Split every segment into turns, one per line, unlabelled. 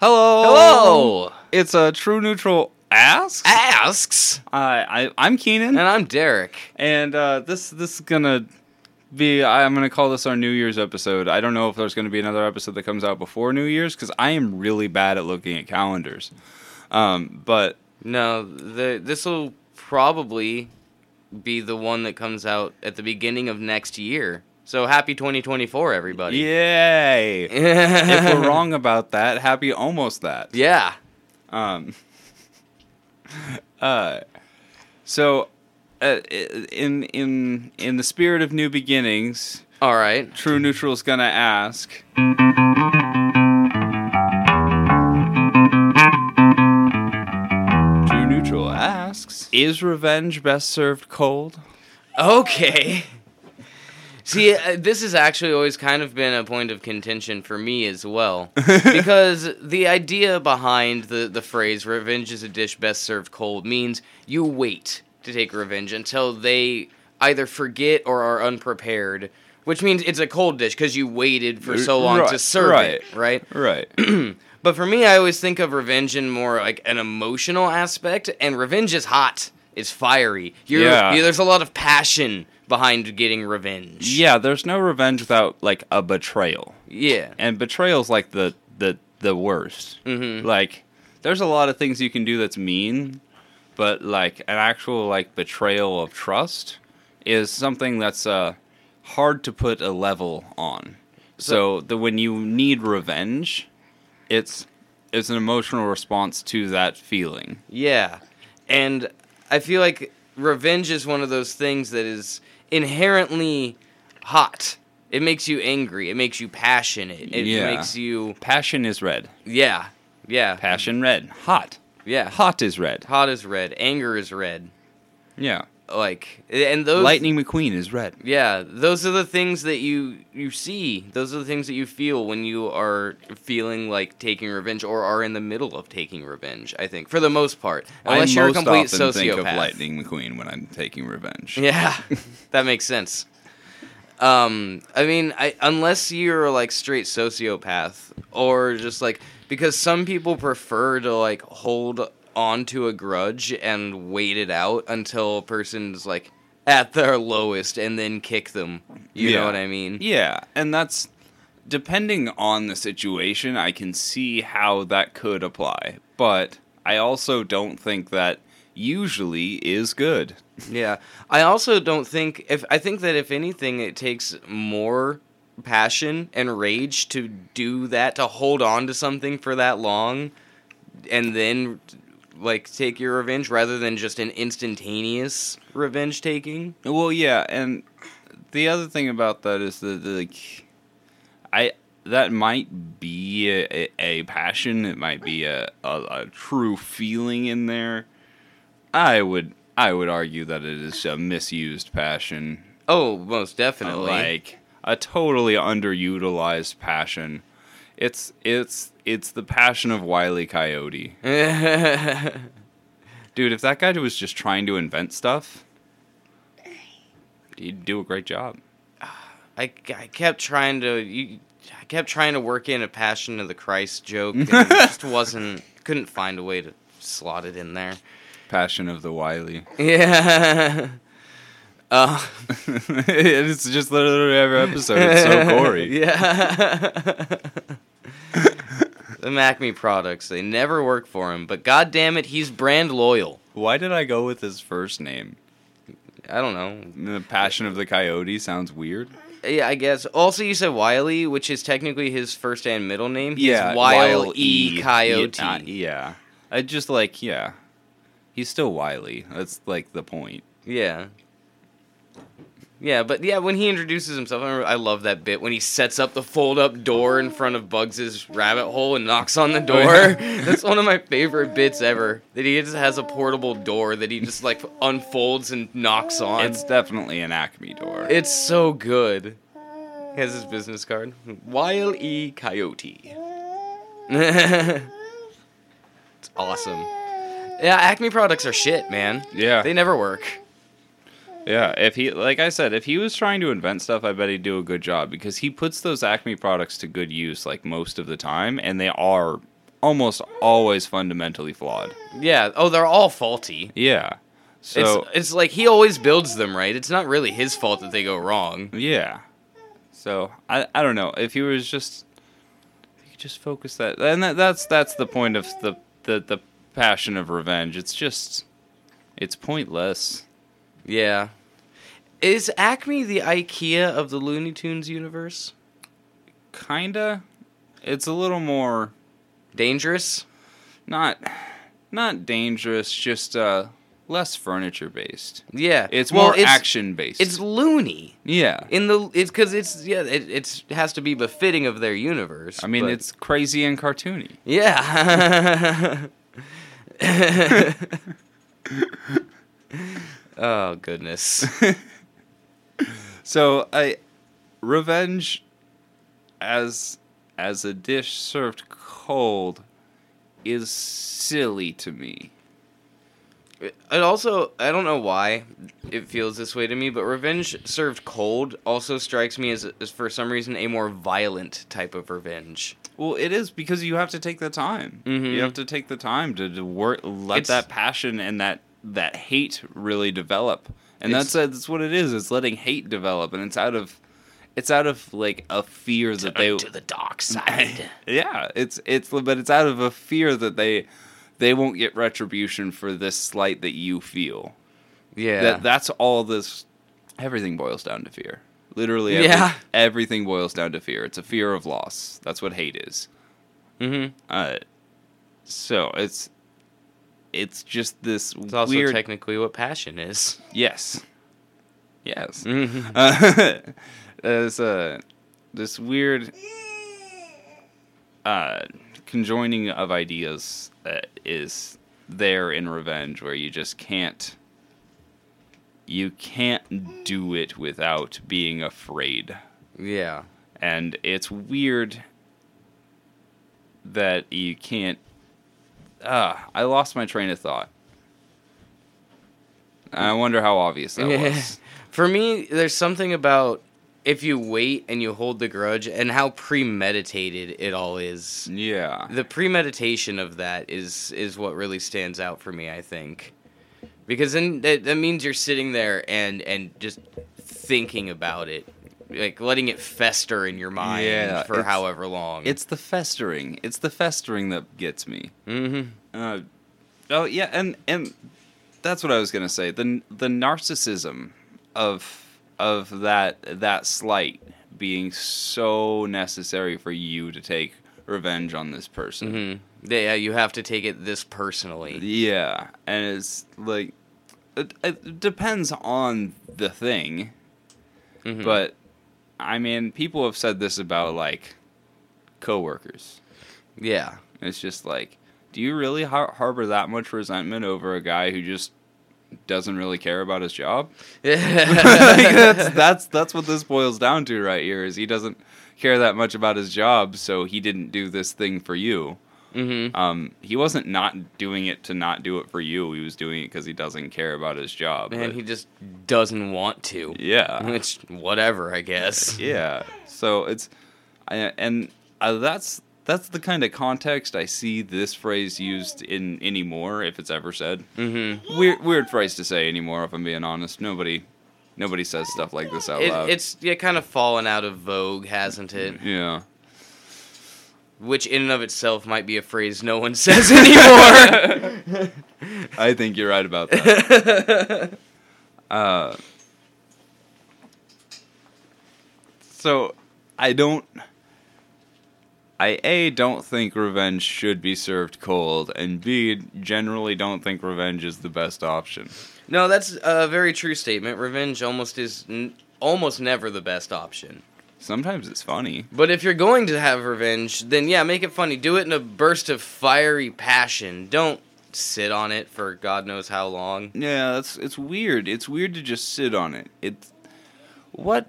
Hello.
Hello.
It's a True Neutral Asks.
Asks.
I, I I'm Keenan,
And
and,
I'm Derek.
uh, this this is gonna be I'm gonna call this our New Year's episode. I don't know if there's gonna be another episode that comes out before New Year's because I am really bad at looking at calendars. Um, but
No, the this will probably be the one that comes out at the beginning of next year. So happy 2024, everybody.
yay! if we're wrong about that, happy almost that.
Yeah.
Um, uh, so, uh, i- in in in the spirit of new beginnings,
All right.
True Neutral's gonna ask. True Neutral asks: Is revenge best served cold?
Okay. See, uh, this has actually always kind of been a point of contention for me as well, because the idea behind the the phrase "revenge is a dish best served cold" means you wait to take revenge until they either forget or are unprepared, which means it's a cold dish because you waited for so long to
Right,
serve
right.
it, right?
Right.
But for me, I always think of revenge in more like an emotional aspect, and revenge is hot. It's fiery. You're,
Yeah.
you- there's a lot of passion behind getting revenge.
yeah, there's no revenge without like a betrayal.
Yeah.
and betrayal's like the the the worst.
Mhm.
Like, there's a lot of things you can do that's mean, but like an actual like betrayal of trust is something that's uh hard to put a level on. So the when you need revenge, it's it's an emotional response to that feeling.
Yeah. And I feel like revenge is one of those things that is inherently hot. It makes you angry. It makes you passionate. It
Yeah.
makes you.
Passion is red.
Yeah. Yeah.
Passion red. Hot.
yeah.
Hot is red.
Hot is red. Anger is red.
Yeah.
Like, and those.
Lightning McQueen is red.
Yeah, those are the things that you you see. Those are the things that you feel when you are feeling like taking revenge or are in the middle of taking revenge. I think for the most part, unless
I
you're a
most
complete
often
sociopath.
think of Lightning McQueen when I'm taking revenge.
Yeah, that makes sense. Um, I mean, I, unless you're like straight sociopath or just like because some people prefer to like hold on to a grudge and wait it out until a person's like at their lowest and then kick them. You
Yeah.
know what I mean?
Mm-hmm. Yeah, and that's depending on the situation, I can see how that could apply. But I also don't think that usually is good.
Yeah. I also don't think if I think that if anything it takes more passion and rage to do that to hold on to something for that long and then like take your revenge rather than just an instantaneous revenge taking.
Well, yeah, and the other thing about that is that like I that might be a, a, a passion, it might be a, a, a true feeling in there. I would I would argue that it is a misused passion.
Oh, most definitely.
like a totally underutilized passion. It's it's it's the passion of Wiley Coyote. Dude, if that guy was just trying to invent stuff, he'd do a great job.
I, I kept trying to you, I kept trying to work in a Passion of the Christ joke and it just wasn't couldn't find a way to slot it in there.
Passion of the E. Wiley.
Yeah. Uh,
it's just literally every episode. It's so gory.
Yeah. the Macme products, they never work for him, but god damn it, he's brand loyal.
Why did I go with his first name?
I don't know.
The Passion of the Coyote sounds weird.
Yeah, I guess. Also, you said Wiley, which is technically his first and middle name. He's
Wile
Wile E. Coyote.
Yeah, yeah. I just like yeah. He's still Wiley. That's like the point.
Yeah. Yeah, but yeah, when he introduces himself, I, remember, I love that bit when he sets up the fold-up door in front of Bugs' rabbit hole and knocks on the
Oh,
door. That's one of my favorite bits ever. That he just has a portable door that he just like unfolds and knocks on.
It's
It's,
definitely an Acme door.
so good. He has his business card. Wile E. Coyote. it's awesome. Yeah, Acme products are shit, man.
yeah,
They never work.
yeah. If he, like I said, if he was trying to invent stuff, I bet he'd do a good job because he puts those Acme products to good use like most of the time, and they are almost always fundamentally flawed.
Yeah. Oh, they're all faulty.
Yeah. So
it's, it's like he always builds them right. It's not really his fault that they go wrong.
yeah. So I I don't know if he was just if he could just focus that and that, that's that's the point of the, the the passion of revenge. It's just it's pointless.
Yeah. Is Acme the IKEA of the Looney Tunes universe?
Kinda. It's a little more
Dangerous?
not not dangerous, just uh less furniture based.
Yeah.
It's more
Well,
action based.
It's loony.
yeah.
In the it's because it's yeah it it's, has to be befitting of their universe.
I mean,
but-
it's crazy and cartoony.
yeah. oh goodness.
So I revenge as as a dish served cold is silly to me.
It also, I don't know why it feels this way to me, but revenge served cold also strikes me as, as for some reason, a more violent type of revenge.
Well, it is because you have to take the time.
Mhm.
You have to take the time to, to work let
It's-
that passion and that that hate really develop. And
It's-
that's that's what it is. It's letting hate develop and it's out of it's out of like a fear that they
to the dark side.
yeah, it's it's but it's out of a fear that they they won't get retribution for this slight that you feel.
yeah.
That that's all this everything boils down to fear. Literally every-
Yeah.
everything boils down to fear. It's a fear of loss. That's what hate is.
mm-hmm.
Uh so it's it's just this
It's also
weird
technically what passion is.
yes. Yes.
Mm-hmm.
Uh, there's uh, this weird uh, conjoining of ideas that is there in revenge where you just can't you can't do it without being afraid
Yeah.
and it's weird that you can't ah i lost my train of thought i wonder how obvious that was
For me, there's something about if you wait and you hold the grudge and how premeditated it all is.
yeah
the premeditation of that is is what really stands out for me i think because then that, that means you're sitting there and and just thinking about it like letting it fester in your mind
Yeah,
for
it's-
however long
It's the festering. It's the festering that gets me.
mm-hmm.
Uh, oh yeah, and and that's what I was gonna say. the The narcissism of of that that slight being so necessary for you to take revenge on this person.
yeah you have to take it this personally
Yeah, and it's like it, it depends on the thing,
Mhm.
but I mean, people have said this about like coworkers.
yeah
It's just like, do you really har- harbor that much resentment over a guy who just doesn't really care about his job? Like, that's that's that's what this boils down to right here. Is he doesn't care that much about his job, so he didn't do this thing for you.
hmm
Um, he wasn't not doing it to not do it for you. He was doing it because he doesn't care about his job.
and
but-
he just doesn't want to
yeah,
which whatever i guess
yeah. So it's, I, and uh, that's that's the kind of context I see this phrase used in anymore, if it's ever said.
hmm
weird weird phrase to say anymore if i'm being honest nobody nobody says stuff like this out
it,
loud
it's yeah, kind of fallen out of vogue hasn't it
yeah Mm-hmm.
which in and of itself might be a phrase no one says anymore.
i think you're right about that uh, so i don't i a don't think revenge should be served cold and b generally don't think revenge is the best option
no, that's a very true statement. Revenge almost is n- almost never the best option.
sometimes it's funny
But if you're going to have revenge, then yeah, make it funny. Do it in a burst of fiery passion. Don't sit on it for God knows how long.
Yeah, that's it's weird. It's weird to just sit on it. It's what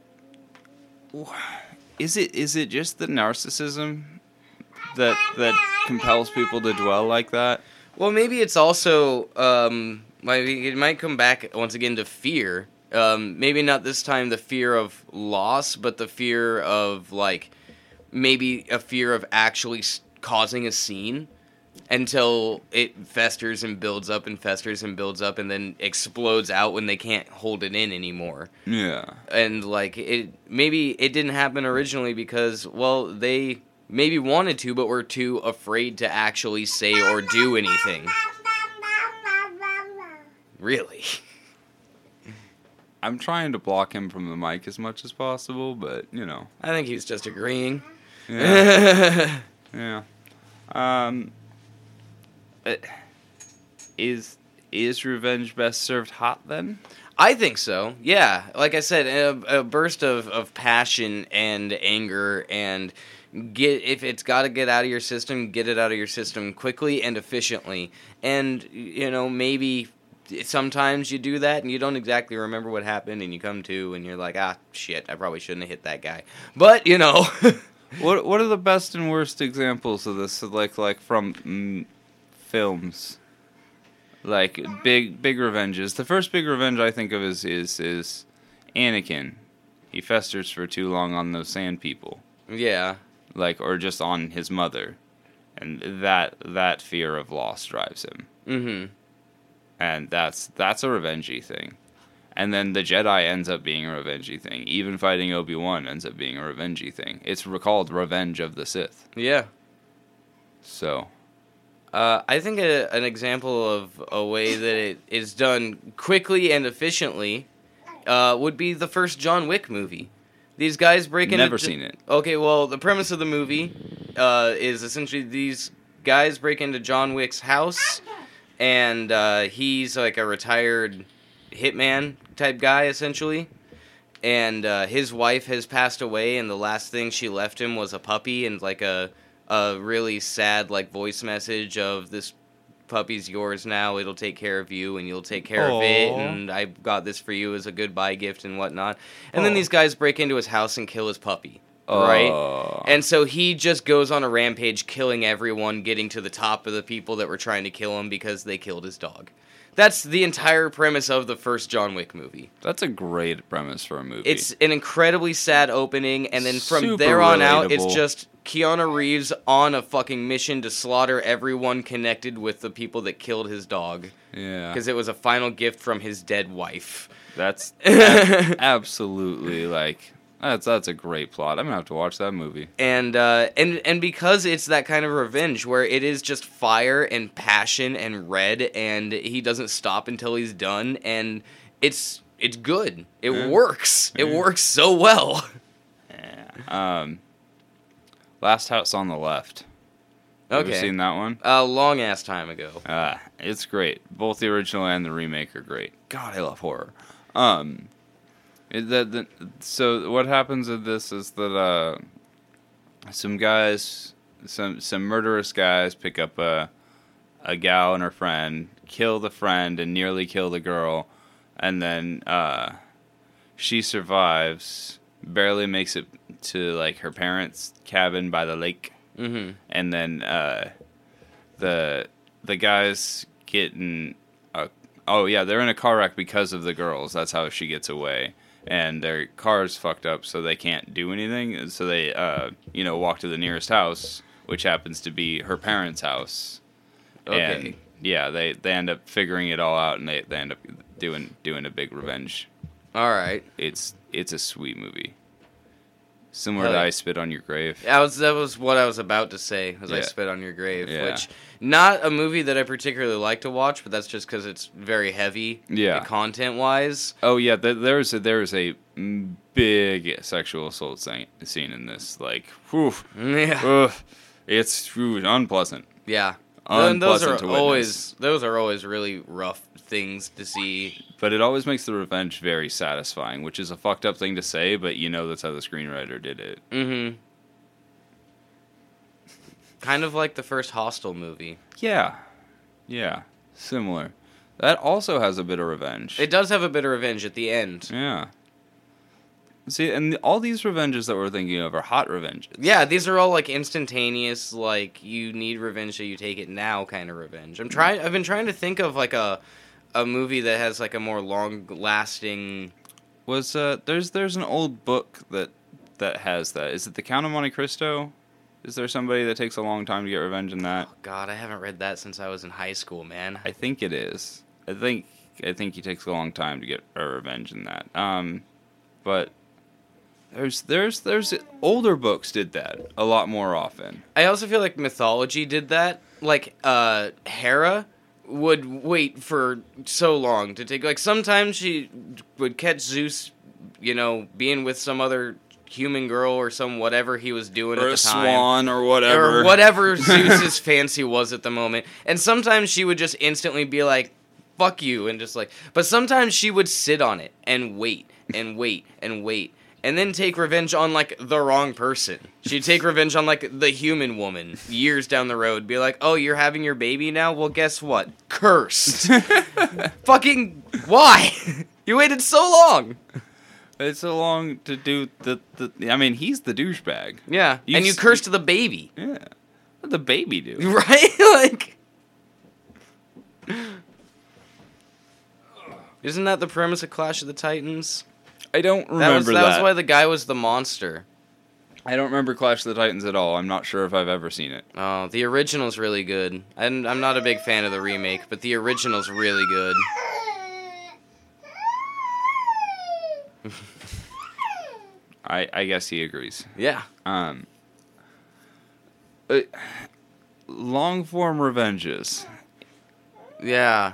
wh- is it? Is it just the narcissism that that compels people to dwell like that?
Well, maybe it's also um, maybe it might come back once again to fear. Um, maybe not this time the fear of loss, but the fear of like maybe a fear of actually s- causing a scene. until it festers and builds up and festers and builds up and then explodes out when they can't hold it in anymore.
Yeah.
And like it maybe it didn't happen originally because well they maybe wanted to but were too afraid to actually say or do anything. Really.
I'm trying to block him from the mic as much as possible, but you know.
I think he's just agreeing.
Yeah. yeah. Um it- is is revenge best served hot then?
I think so. Yeah, like I said, a, a burst of, of passion and anger and get if it's got to get out of your system, get it out of your system quickly and efficiently. And you know, maybe sometimes you do that and you don't exactly remember what happened and you come to and you're like, "Ah, shit, I probably shouldn't have hit that guy." But, you know,
What what are the best and worst examples of this like like from mm, films? Like big big revenges. The first big revenge I think of is is is Anakin. He festers for too long on those sand people.
yeah.
like or just on his mother and that that fear of loss drives him
Mhm.
and that's that's a revengey thing and then the jedi ends up being a revengey thing even fighting obi-wan ends up being a revengey thing it's re- called revenge of the sith
Yeah.
so
Uh, I think a, an example of a way that it is done quickly and efficiently uh, would be the first John Wick movie. These guys break into
Never seen it.
Okay, well, the premise of the movie uh, is essentially these guys break into John Wick's house, and uh, he's like a retired hitman type guy, essentially. And uh, his wife has passed away, and the last thing she left him was a puppy and like a a really sad like voice message of this puppy's yours now. It'll take care of you, and you'll take care of it.
Aw.
And I got this for you as a goodbye gift and whatnot. And then
Aw.
these guys break into his house and kill his puppy. Right?
right
And so he just goes on a rampage, killing everyone, getting to the top of the people that were trying to kill him because they killed his dog. That's the entire premise of the first John Wick movie.
that's a great premise for a movie
It's an incredibly sad opening, and then from
Super
there on out, it's
relatable.
just Keanu Reeves on a fucking mission to slaughter everyone connected with the people that killed his dog
yeah
because it was a final gift from his dead wife.
that's ab- absolutely like that's that's a great plot i'm gonna have to watch that movie
and uh, and and because it's that kind of revenge where it is just fire and passion and red, and he doesn't stop until he's done, and it's it's good. It
Yeah.
works. It
Yeah.
works so well.
um last house on the left Have you
Okay,
seen that one?
a long ass time ago.
Uh, it's great. Both the original and the remake are great. God, I love horror. Um, it- the, the, so what happens in this is that uh, some guys, some some murderous guys, pick up a a gal and her friend, kill the friend, and nearly kill the girl, and then uh, she survives, barely makes it to like her parents' cabin by the lake
hmm
and then uh, the the guys getting a, oh yeah they're in a car wreck because of the girls that's how she gets away and their car's fucked up so they can't do anything and so they uh, you know walk to the nearest house which happens to be her parents house
Okay.
and yeah they, they end up figuring it all out and they, they end up doing doing a big revenge
All right.
it's it's a sweet movie similar
Hell
to
yeah.
i spit on your grave
That was that was what I was about to say as I
Yeah.
spit on your grave,
Yeah.
which not a movie that I particularly like to watch, but that's just because it's very heavy,
Yeah.
content wise.
Oh yeah, th- there is a, there is a mm, big sexual assault scene, scene in this. Like, whew,
Yeah.
ugh, it's whew, unpleasant.
Yeah. Th- those are
Unpleasant to witness.
always those are always really rough things to see.
But it always makes the revenge very satisfying, which is a fucked up thing to say, but you know that's how the screenwriter did it.
Mm-hmm. Kind of like the first Hostel movie.
Yeah, yeah, similar. That also has a bit of revenge.
It does have a bit of revenge at the end.
yeah. See, and all these revenges that we're thinking of are hot revenges.
Yeah, these are all like instantaneous, like you need revenge, so you take it now kind of revenge. I'm trying. I've been trying to think of like a a movie that has like a more long lasting.
Was uh, there's there's an old book that that has that. Is it the Count of Monte Cristo? Is there somebody that takes a long time to get revenge in that?
God, I haven't read that since I was in high school, man.
I think it is. I think I think he takes a long time to get a revenge in that. Um, but there's there's there's older books did that a lot more often.
I also feel like mythology did that. Like uh Hera would wait for so long to take like sometimes she would catch Zeus, you know, being with some other human girl or some whatever he was doing at
Or
the
a
time.
swan or whatever.
Or whatever Zeus's fancy was at the moment. And sometimes she would just instantly be like, fuck you, and just like. But sometimes she would sit on it and wait and wait and wait. And then take revenge on like the wrong person. She'd take revenge on like the human woman years down the road. Be like, oh, you're having your baby now? Well, guess what? Cursed. Fucking why? you waited so long.
It's so long to do the, the I mean, he's the douchebag.
Yeah.
You
and you
s-
cursed the baby.
Yeah. What'd the baby do?
Right? like. Isn't that the premise of Clash of the Titans?
I don't
That was,
remember
that, was why the guy was the monster.
I don't remember Clash of the Titans at all. I'm not sure if I've ever seen it.
Oh, the original's really good. I'm, I'm not a big fan of the remake, but the original's really good.
I I guess he agrees.
Yeah.
Um, uh, long form revenges.
Yeah.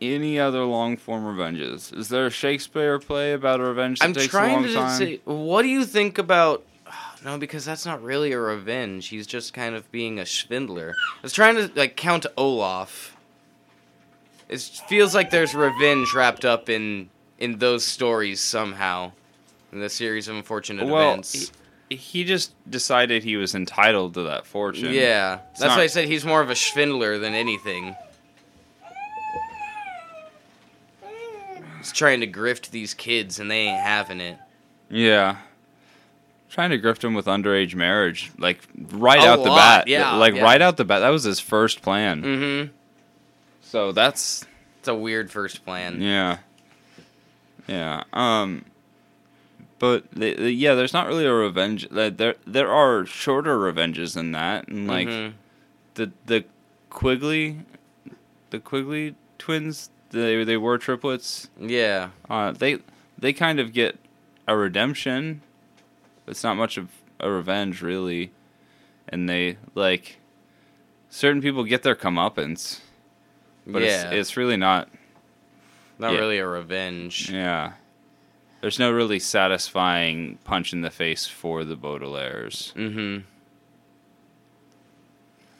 Any other long form revenges? Is there a Shakespeare play about a revenge that
I'm
takes a
trying
long
to
time?
say, what do you think about. No, because that's not really a revenge. He's just kind of being a swindler. I was trying to, like, count Olaf. It feels like there's revenge wrapped up in in those stories somehow. In the series of unfortunate
well, he,
events.
he just decided he was entitled to that fortune.
Yeah. That's
not-
why I said he's more of a swindler than anything. He's trying to grift these kids and they ain't having it.
Yeah. Trying to grift him with underage marriage, like right
A
out the
lot,
bat.
yeah,
Like
yeah.
right out the bat. That was his first plan.
Mm hmm.
So that's
It's a weird first plan.
yeah. Yeah. Um but the, the- yeah, there's not really a revenge like, there there are shorter revenges than that and like
Mhm.
the the Quigley the Quigley twins, they they were triplets.
Yeah.
Uh, they they kind of get a redemption. It's not much of a revenge, really. And they like certain people get their comeuppance, but
yeah.
it's it's really not.
not
yeah.
really a revenge.
Yeah, there's no really satisfying punch in the face for the Baudelaires.
Mm-hmm.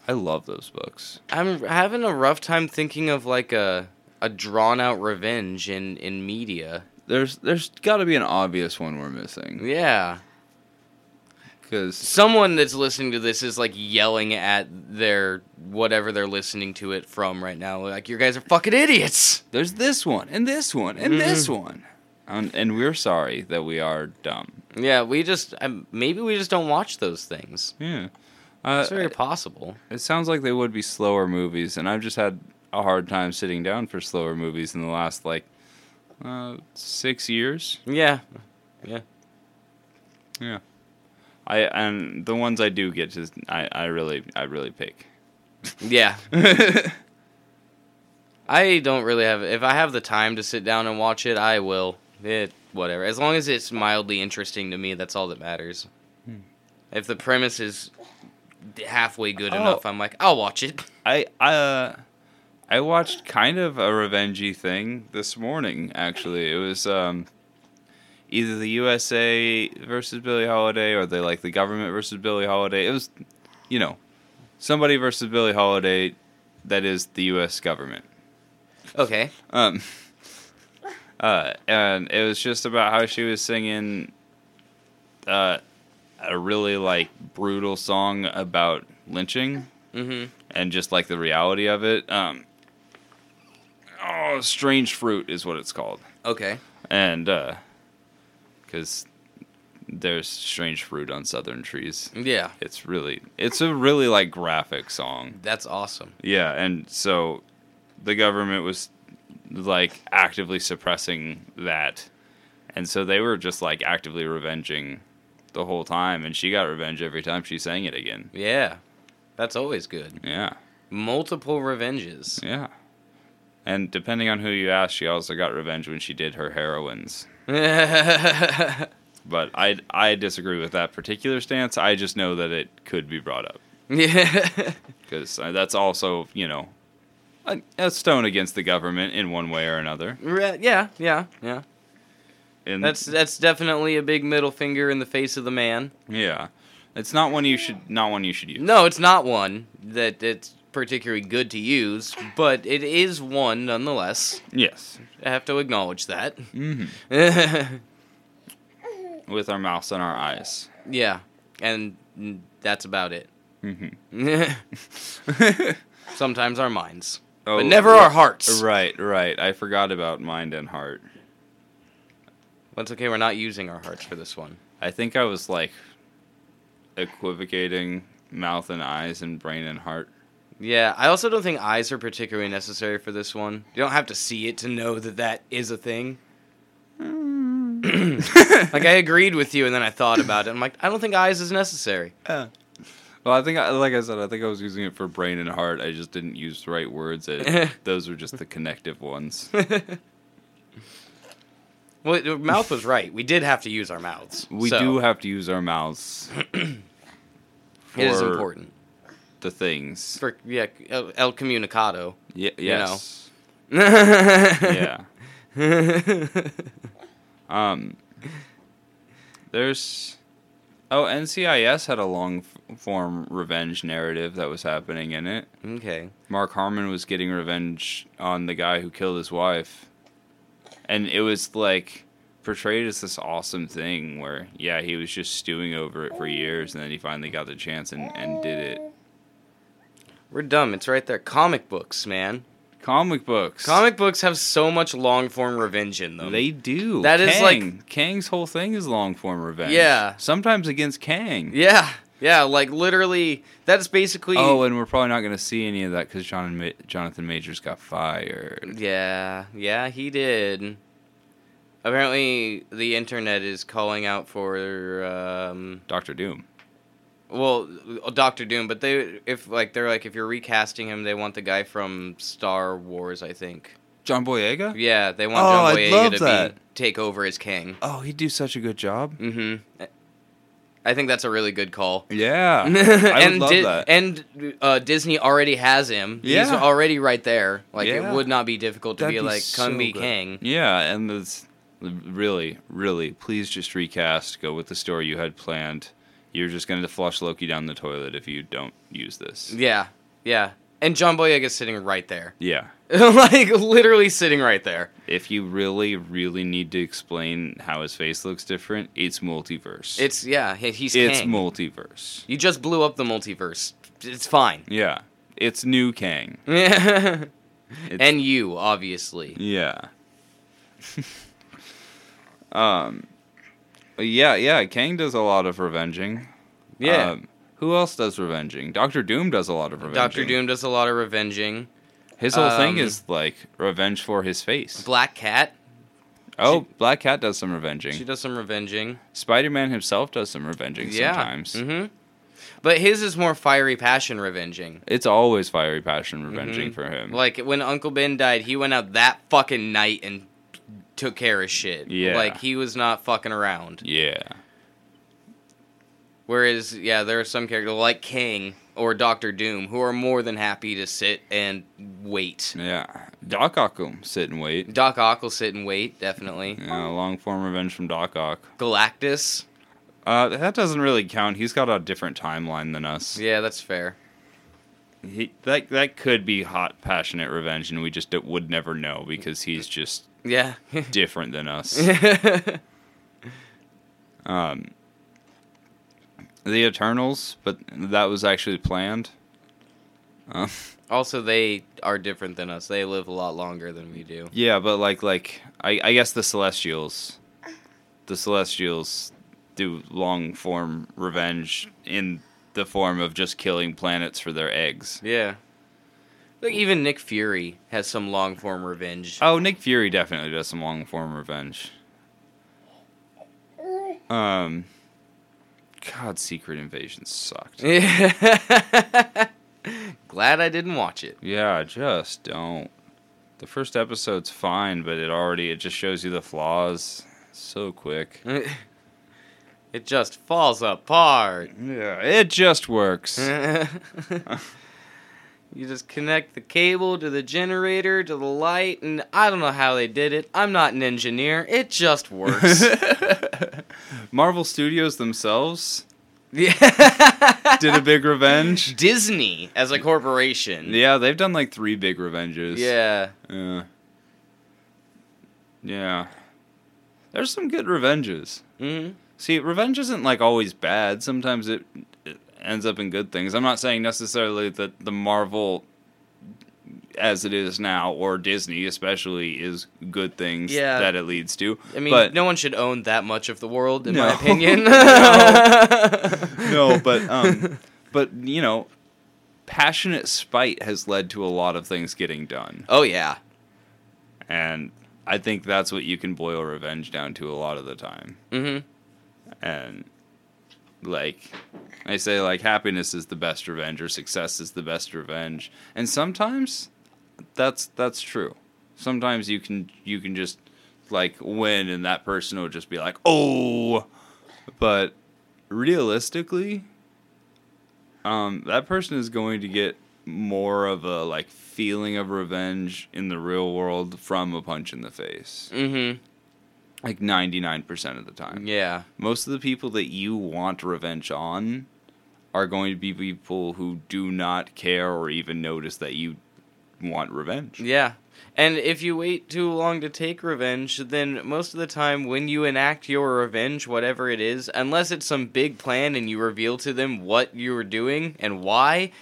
I love those books.
I'm having a rough time thinking of like a a drawn out revenge in in media.
There's there's got to be an obvious one we're missing
Yeah.
because
Someone that's listening to this is like yelling at their whatever they're listening to it from right now. Like you guys are fucking idiots.
there's this one and this one and this one, and, and we're sorry that we are dumb.
Yeah, we just um, maybe we just don't watch those things.
Yeah. Uh,
It's very possible.
It sounds like they would be slower movies, and I've just had a hard time sitting down for slower movies in the last like uh, six years.
Yeah. Yeah.
Yeah, I and the ones I do get, just I, I really I really pick.
Yeah. I don't really have. If I have the time to sit down and watch it, I will. It whatever. As long as it's mildly interesting to me, that's all that matters. If the premise is halfway good
Oh.
enough, I'm like, I'll watch it.
I I uh, I watched kind of a revengey thing this morning. Actually, it was um, either the USA versus Billie Holiday or they like the government versus Billie Holiday. It was, you know, somebody versus Billie Holiday. That is the U.S. government.
Okay.
Um, uh, and it was just about how she was singing uh, a really like brutal song about lynching
Mm-hmm.
and just like the reality of it. Um, oh, strange fruit is what it's called,
Okay.
and because there's strange fruit on southern trees.
Yeah.
It's really, it's a really like graphic song.
That's awesome.
Yeah, and so the government was like actively suppressing that, and so they were just like actively revenging the whole time, and she got revenge every time she sang it again.
Yeah. That's always good.
Yeah,
Multiple revenges.
yeah. And depending on who you ask, she also got revenge when she did her heroines.
yeah.
But I I disagree with that particular stance. I just know that it could be brought up because that's also you know a, a stone against the government in one way or another.
Re- yeah, yeah, yeah.
And
That's that's definitely a big middle finger in the face of the man.
yeah, it's not one you should not one you should use.
No, it's not one that it's particularly good to use, but it is one nonetheless.
Yes,
I have to acknowledge that.
hmm with our mouths and our eyes.
yeah, and that's about it.
hmm
Sometimes our minds,
Mm-hmm. Oh,
but never
yeah.
our hearts.
Right, right. I forgot about mind and heart.
That's okay. We're not using our hearts for this one.
I think I was like equivocating mouth and eyes and brain and heart.
Yeah, I also don't think eyes are particularly necessary for this one. You don't have to see it to know that that is a thing.
Mm.
like I agreed with you, and then I thought about it. I'm like, I don't think eyes is necessary.
Well, I think, I, like I said, I think I was using it for brain and heart. I just didn't use the right words. I, those are just the connective ones.
Well, your mouth was right. We did have to use our mouths.
We
So,
do have to use our mouths.
It is
for
important
The things.
for yeah, el, el comunicado.
Ye-
you know.
yes.
yeah.
Yeah. Um, there's oh NCIS had a long f- form revenge narrative that was happening in it.
okay.
Mark Harmon was getting revenge on the guy who killed his wife, and it was like portrayed as this awesome thing where yeah he was just stewing over it for years and then he finally got the chance and, and did it.
We're dumb. It's right there. Comic books, man.
Comic books.
Comic books have so much long form revenge in them.
They do.
That is, like-
Kang. Kang's whole thing is long form revenge.
Yeah.
Sometimes against Kang.
Yeah, yeah, like literally, that's basically.
Oh, and we're probably not going to see any of that because John and Ma- Jonathan Majors got fired.
yeah, yeah, he did. Apparently, the internet is calling out for, um,
Doctor Doom.
well, Doctor Doom, but they, if like, they're like, if you're recasting him, they want the guy from Star Wars, I think.
John Boyega?
Yeah, they want
Oh,
John
I'd love
Boyega to
that.
be take over as king.
Oh, he'd do such a good job.
Mm-hmm. I think that's a really good call.
Yeah. I would
and
love
Di-
that.
and uh, Disney already has him. He's
Yeah.
already right there. Like
Yeah.
it would not be difficult to
That'd
be
be
like
so
come be
good.
king.
yeah, and it's really, really, please just recast. Go with the story you had planned. You're just going to flush Loki down the toilet if you don't use this.
Yeah, yeah. And John Boyega's sitting right there,
Yeah.
like literally sitting right there.
If you really, really need to explain how his face looks different, it's multiverse.
It's yeah, he- he's
it's
Kang.
multiverse.
you just blew up the multiverse. It's fine.
Yeah. It's new Kang.
and
It's-
you obviously.
Yeah. um. Yeah, yeah. Kang does a lot of revenging.
Yeah.
Um, who else does revenging? Doctor Doom does a lot of revenging.
Doctor Doom does a lot of revenging.
His whole
um,
thing is like revenge for his face.
Black Cat,
oh, Black Cat does some
she
revenging.
does some revenging.
Spider Man himself does some revenging sometimes.
hmm But his is more fiery passion revenging.
It's always fiery passion revenging
Mhm.
for him.
Like when Uncle Ben died, he went out that fucking night and took care of shit.
Yeah.
Like he was not fucking around.
yeah.
Whereas, yeah, there are some characters like King or Doctor Doom who are more than happy to sit and wait.
Yeah. Doc Ock will sit and wait.
Doc Ock will sit and wait, definitely.
Yeah, long form revenge from Doc Ock.
Galactus.
Uh, that doesn't really count. He's got a different timeline than us.
Yeah, that's fair.
He, that that could be hot, passionate revenge, and we just d- would never know because he's just
Yeah.
different than us. Um, the Eternals, but that was actually planned. Uh,
also, they are different than us. They live a lot longer than we do.
yeah, but like like I, I guess the Celestials, the Celestials do long form revenge in the form of just killing planets for their eggs.
Yeah. Like even Nick Fury has some long form revenge.
Oh, Nick Fury definitely does some long form revenge. Um, God, Secret Invasion sucked.
Glad I didn't watch it.
Yeah, I just don't. The first episode's fine, but it already it just shows you the flaws so quick.
It just falls apart.
Yeah, it just works.
you just connect the cable to the generator to the light, and I don't know how they did it. I'm not an engineer. It just works.
Marvel Studios themselves
Yeah.
did a big revenge.
Disney as a corporation.
Yeah, they've done like three big revenges.
Yeah.
Yeah. Yeah. There's some good revenges.
Mhm.
See, revenge isn't like always bad. Sometimes it, it ends up in good things. I'm not saying necessarily that the Marvel as it is now or Disney especially is good things
Yeah.
that it leads to.
I mean,
but
no one should own that much of the world, in my
No.
opinion.
no, but um but you know, passionate spite has led to a lot of things getting done.
oh yeah,
And I think that's what you can boil revenge down to a lot of the time.
hmm
and like I say like happiness is the best revenge or success is the best revenge. And sometimes that's that's true. Sometimes you can you can just like win and that person will just be like, "Oh." But realistically um that person is going to get more of a like feeling of revenge in the real world from a punch in the face.
hmm
Like 99% of the time
yeah,
most of the people that you want revenge on are going to be people who do not care or even notice that you want revenge.
yeah. And if you wait too long to take revenge, then most of the time when you enact your revenge, whatever it is, unless it's some big plan and you reveal to them what you were doing and why,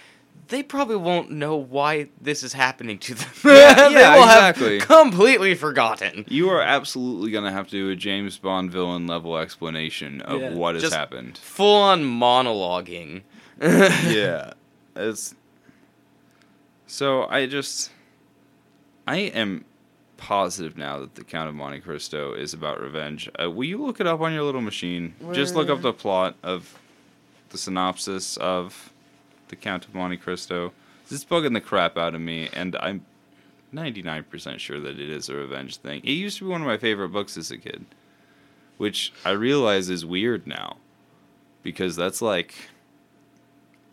they probably won't know why this is happening to them.
Yeah,
they
yeah,
will have
exactly.
completely forgotten.
You are absolutely going to have to do a James Bond villain level explanation of
Yeah.
what has
Just-
happened.
Full on monologuing.
yeah. It's So I just I am positive now that the Count of Monte Cristo is about revenge. Uh, will you look it up on your little machine? Just look up
Where?
the plot of the synopsis of the Count of Monte Cristo. This is bugging the crap out of me, and I'm 99% sure that it is a revenge thing. It used to be one of my favorite books as a kid, which I realize is weird now because that's like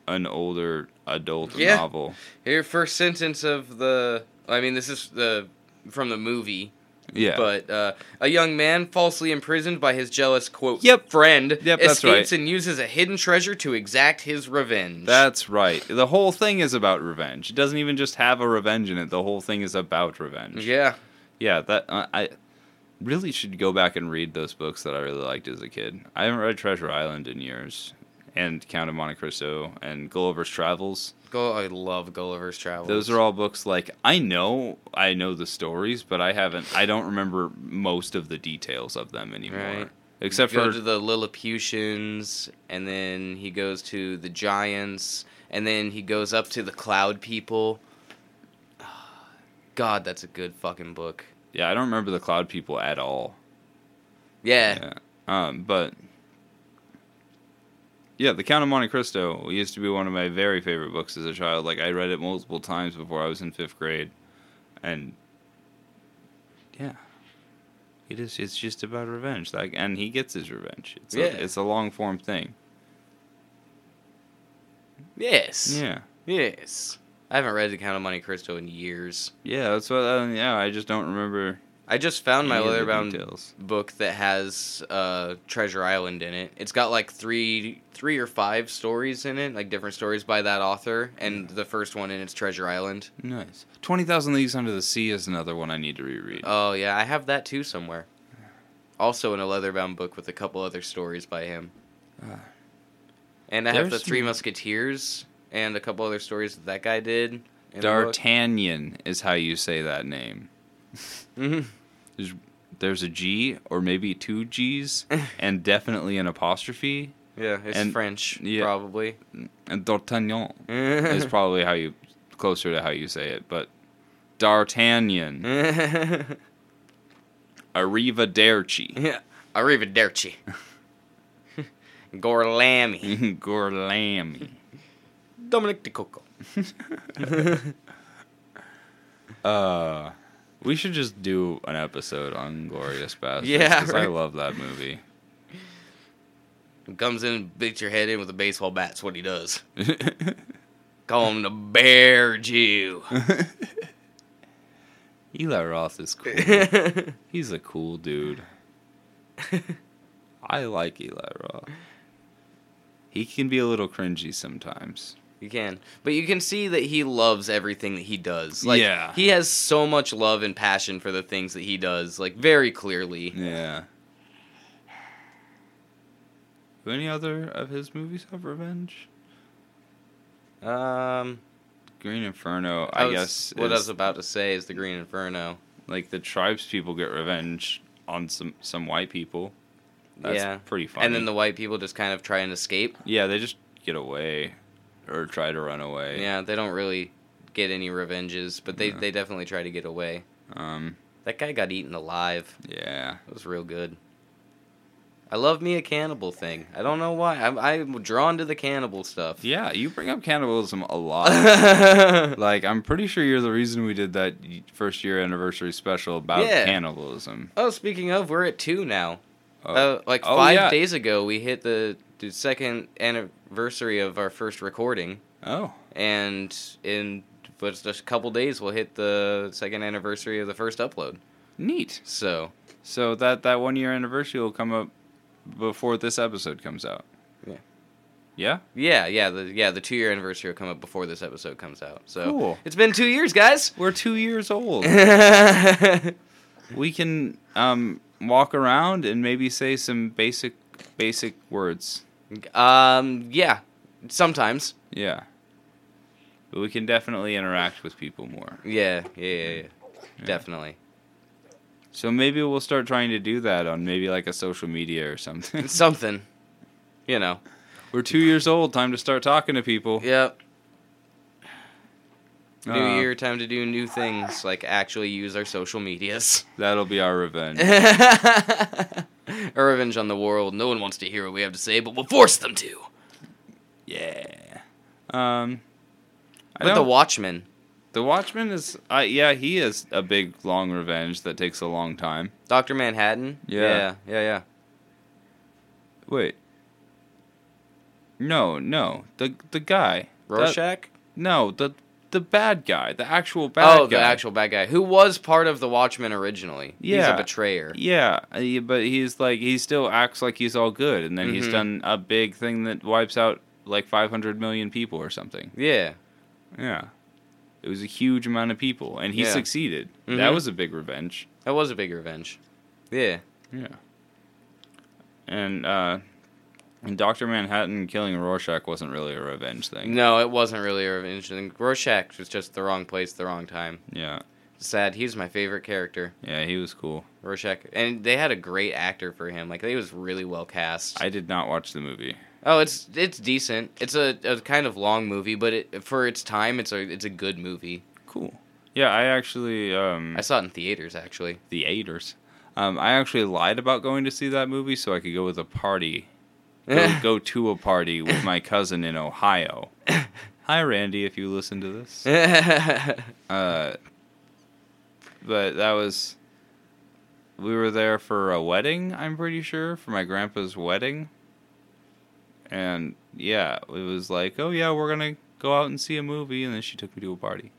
an older adult
Yeah.
novel.
Here, first sentence of the. I mean, this is the from the movie,
Yeah.
but uh, a young man falsely imprisoned by his jealous quote
Yep.
friend
Yep, that's right.
escapes and uses a hidden treasure to exact his revenge.
That's right. The whole thing is about revenge. It doesn't even just have a revenge in it. The whole thing is about revenge.
yeah,
Yeah, that uh, I really should go back and read those books that I really liked as a kid. I haven't read Treasure Island in years, and Count of Monte Cristo and Gulliver's Travels.
go. I love Gulliver's Travels.
Those are all books like I know I know the stories, but I haven't. I don't remember most of the details of them anymore,
Right.
except
go
for
to the Lilliputians, and then he goes to the Giants, and then he goes up to the Cloud People. God, that's a good fucking book.
yeah. I don't remember the Cloud People at all.
Yeah,
Yeah. Um, but yeah, The Count of Monte Cristo used to be one of my very favorite books as a child. Like I read it multiple times before I was in fifth grade, and yeah, it is. It's just about revenge. Like, and he gets his revenge. It's
Yeah.
a, it's a long form thing.
yes,
Yeah.
Yes. I haven't read The Count of Monte Cristo in years.
Yeah, that's what. Uh, yeah, I just don't remember
I just found my
any of the
leatherbound
details.
book that has uh, Treasure Island in it. It's got like three, three or five stories in it, like different stories by that author, and the first one in it's Treasure Island.
Nice. Twenty Thousand Leagues Under the Sea is another one I need to reread.
Oh yeah, I have that too somewhere. Also in a leatherbound book with a couple other stories by him.
Ah.
And I have the
There's
Three
some-
Musketeers and a couple other stories that that guy did. in the book.
D'Artagnan is how you say that name.
Mhm.
There's, there's a G or maybe two G's and definitely an apostrophe.
Yeah, it's
And-
French
yeah.
probably.
And D'Artagnan is probably how you closer to how you say it, but D'Artagnan.
yeah. Mm-hmm.
Arrivederci.
Arrivederci. Gorlami.
Gorlami.
Dominic DeCoco.
Uh, we should just do an episode on Glorious Bastards.
Yeah,
'cause I
right.
love that movie.
Comes in and beats your head in with a baseball bat. That's what he does. Call him the Bear Jew.
Eli Roth is cool. He's a cool dude. I like Eli Roth. He can be a little cringy sometimes.
You can, but you can see that he loves everything that he does. Like
Yeah.
he has so much love and passion for the things that he does. Like very clearly.
Yeah. Do any other of his movies have revenge?
Um,
Green Inferno,
I,
I,
was,
guess.
what I
is-
was about to say is the Green Inferno.
like the tribes people get revenge on some some white people. That's
yeah,
pretty funny.
and then the white people just kind of try and escape.
yeah, they just get away or try to run away.
Yeah, they don't really get any revenges, but they
No.
they definitely try to get away.
Um.
That guy got eaten alive.
Yeah.
That was real good. I love me a cannibal thing. I don't know why. I'm, I'm drawn to the cannibal stuff.
Yeah. You bring up cannibalism a lot. like I'm pretty sure you're the reason we did that y- first year anniversary special about
Yeah.
cannibalism.
Oh, speaking of, we're at two now.
Oh.
Uh, like
Oh,
five
yeah.
days ago, we hit the, the second anniversary of our first recording,
Oh.
and in just a couple days, we'll hit the second anniversary of the first upload.
Neat.
So,
So that that one year anniversary will come up before this episode comes out.
Yeah.
Yeah.
yeah, yeah, the yeah the two year anniversary will come up before this episode comes out. So
Cool.
it's been two years, guys.
We're two years old.
yeah,
we can um, walk around and maybe say some basic basic words.
um, yeah, sometimes.
Yeah. But we can definitely interact with people more.
Yeah, yeah, yeah, yeah. definitely.
So maybe we'll start trying to do that on maybe like a social media or something.
Something, you know.
We're two years old. Time to start talking to people.
Yep. New
Uh,
year, time to do new things, like actually use our social medias.
That'll be our revenge.
our revenge on the world. No one wants to hear what we have to say, but we'll force them to.
yeah. Um. I
But the
don't-
Watchmen.
the Watchman is, uh, yeah, he is a big long revenge that takes a long time.
Dr. Manhattan.
Yeah.
Yeah, yeah, yeah.
Wait, no, no, the the guy That-
Rorschach?
No, the the bad guy, the actual bad guy.
oh, the actual bad guy. Who was part of the Watchmen originally. He's
Yeah.
a betrayer.
Yeah, uh, he- but he's like he still acts like he's all good, and then he's
Mhm.
done a big thing that wipes out like 500 million people or something.
Yeah.
Yeah, it was a huge amount of people, and he
Yeah.
succeeded. That
Mhm.
was a big revenge.
That was a big revenge. Yeah.
Yeah, and uh, Doctor Manhattan killing Rorschach wasn't really a revenge thing.
No, it wasn't really a revenge. And Rorschach was just the wrong place, the wrong time.
Yeah,
Sad. He was my favorite character.
yeah, he was cool.
Rorschach, and they had a great actor for him. Like he was really well cast.
I did not watch the movie.
oh, it's it's decent. It's a, a kind of long movie, but it, for its time, it's a it's a good movie.
Cool. Yeah, I actually um
I saw it in theaters actually.
the Aiders. Um, I actually lied about going to see that movie so I could go with a party, go, go to a party with my cousin in Ohio. Hi, Randy, if you listen to this.
yeah,
Uh, but that was, we were there for a wedding. I'm pretty sure for my grandpa's wedding. And yeah, it was like, oh yeah, we're gonna go out and see a movie, and then she took me to a party.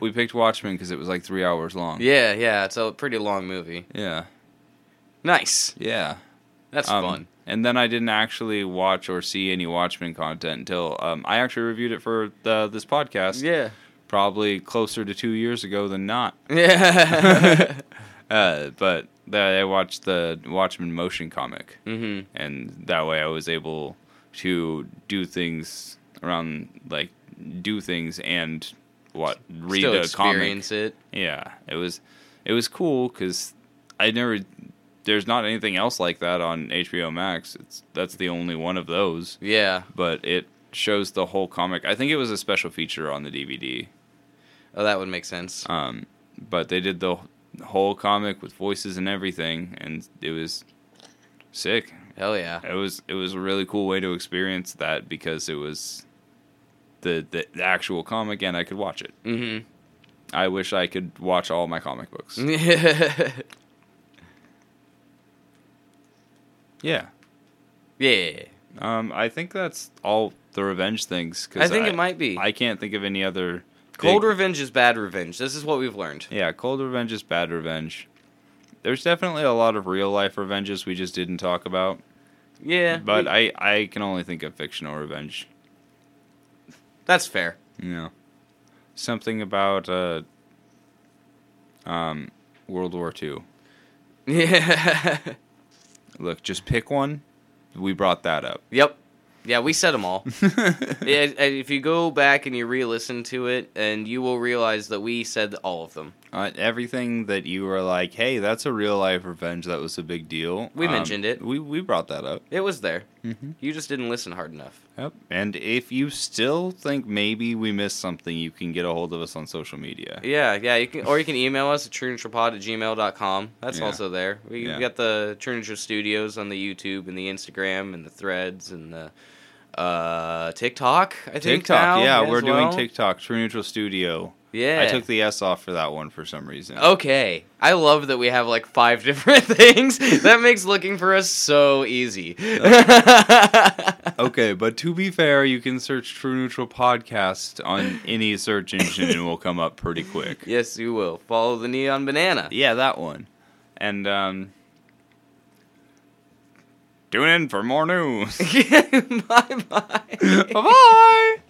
We picked Watchmen because it was like three hours long.
yeah, it's a pretty long movie.
Yeah.
Nice.
Yeah.
That's
Um,
fun.
And then I didn't actually watch or see any Watchmen content until um, I actually reviewed it for the, this podcast.
Yeah.
Probably closer to two years ago than not.
Yeah.
Uh, but that I watched the Watchmen motion comic,
hmm
and that way I was able to do things around like do things and what read
Still
a comic.
experience it.
Yeah, it was it was cool because I never there's not anything else like that on HBO Max. It's that's the only one of those,
Yeah.
but it shows the whole comic. I think it was a special feature on the DVD.
Oh, that would make sense.
Um, but they did the whole comic with voices and everything, and it was sick.
Hell yeah.
It was it was a really cool way to experience that because it was the the, the actual comic and I could watch it.
Mm-hmm.
I wish I could watch all my comic books. Yeah.
yeah.
Um, I think that's all the revenge things. 'cause
I think it might be.
I can't think of any other.
Cold
big-
revenge is bad revenge. This is what we've learned.
Yeah, cold revenge is bad revenge. There's definitely a lot of real life revenges we just didn't talk about,
Yeah.
but
we-
I I can only think of fictional revenge.
that's fair.
You know, something about uh, um, World War Two.
Yeah.
Look, just pick one. We brought that up.
yep. Yeah, we said them all. yeah, and if you go back and you re-listen to it, and you will realize that we said all of them.
Uh, everything that you were like, hey, that's a real life revenge. That was a big deal. Um,
We mentioned it.
We we brought that up.
It was there.
Mhm.
You just didn't listen hard enough.
Yep. And if you still think maybe we missed something, you can get a hold of us on social media.
Yeah, yeah. You can, or you can email us at truenutrapod at gmail.com. That's
Yeah.
also there. We,
Yeah.
have got the True Neutral Studios on the YouTube and the Instagram and the threads and the uh, TikTok. I think
TikTok,
now
yeah,
as
we're
well.
doing TikTok, True Neutral Studio.
Yeah. Oh,
I took the S off for that one for some reason.
Okay, I love that we have like five different things. That makes looking for us so easy.
Okay, but to be fair, you can search True Neutral Podcast on any search engine and it will come up pretty quick.
yes, you will follow the neon banana.
Yeah, that one. And um tune in for more news.
bye bye.
Bye-bye.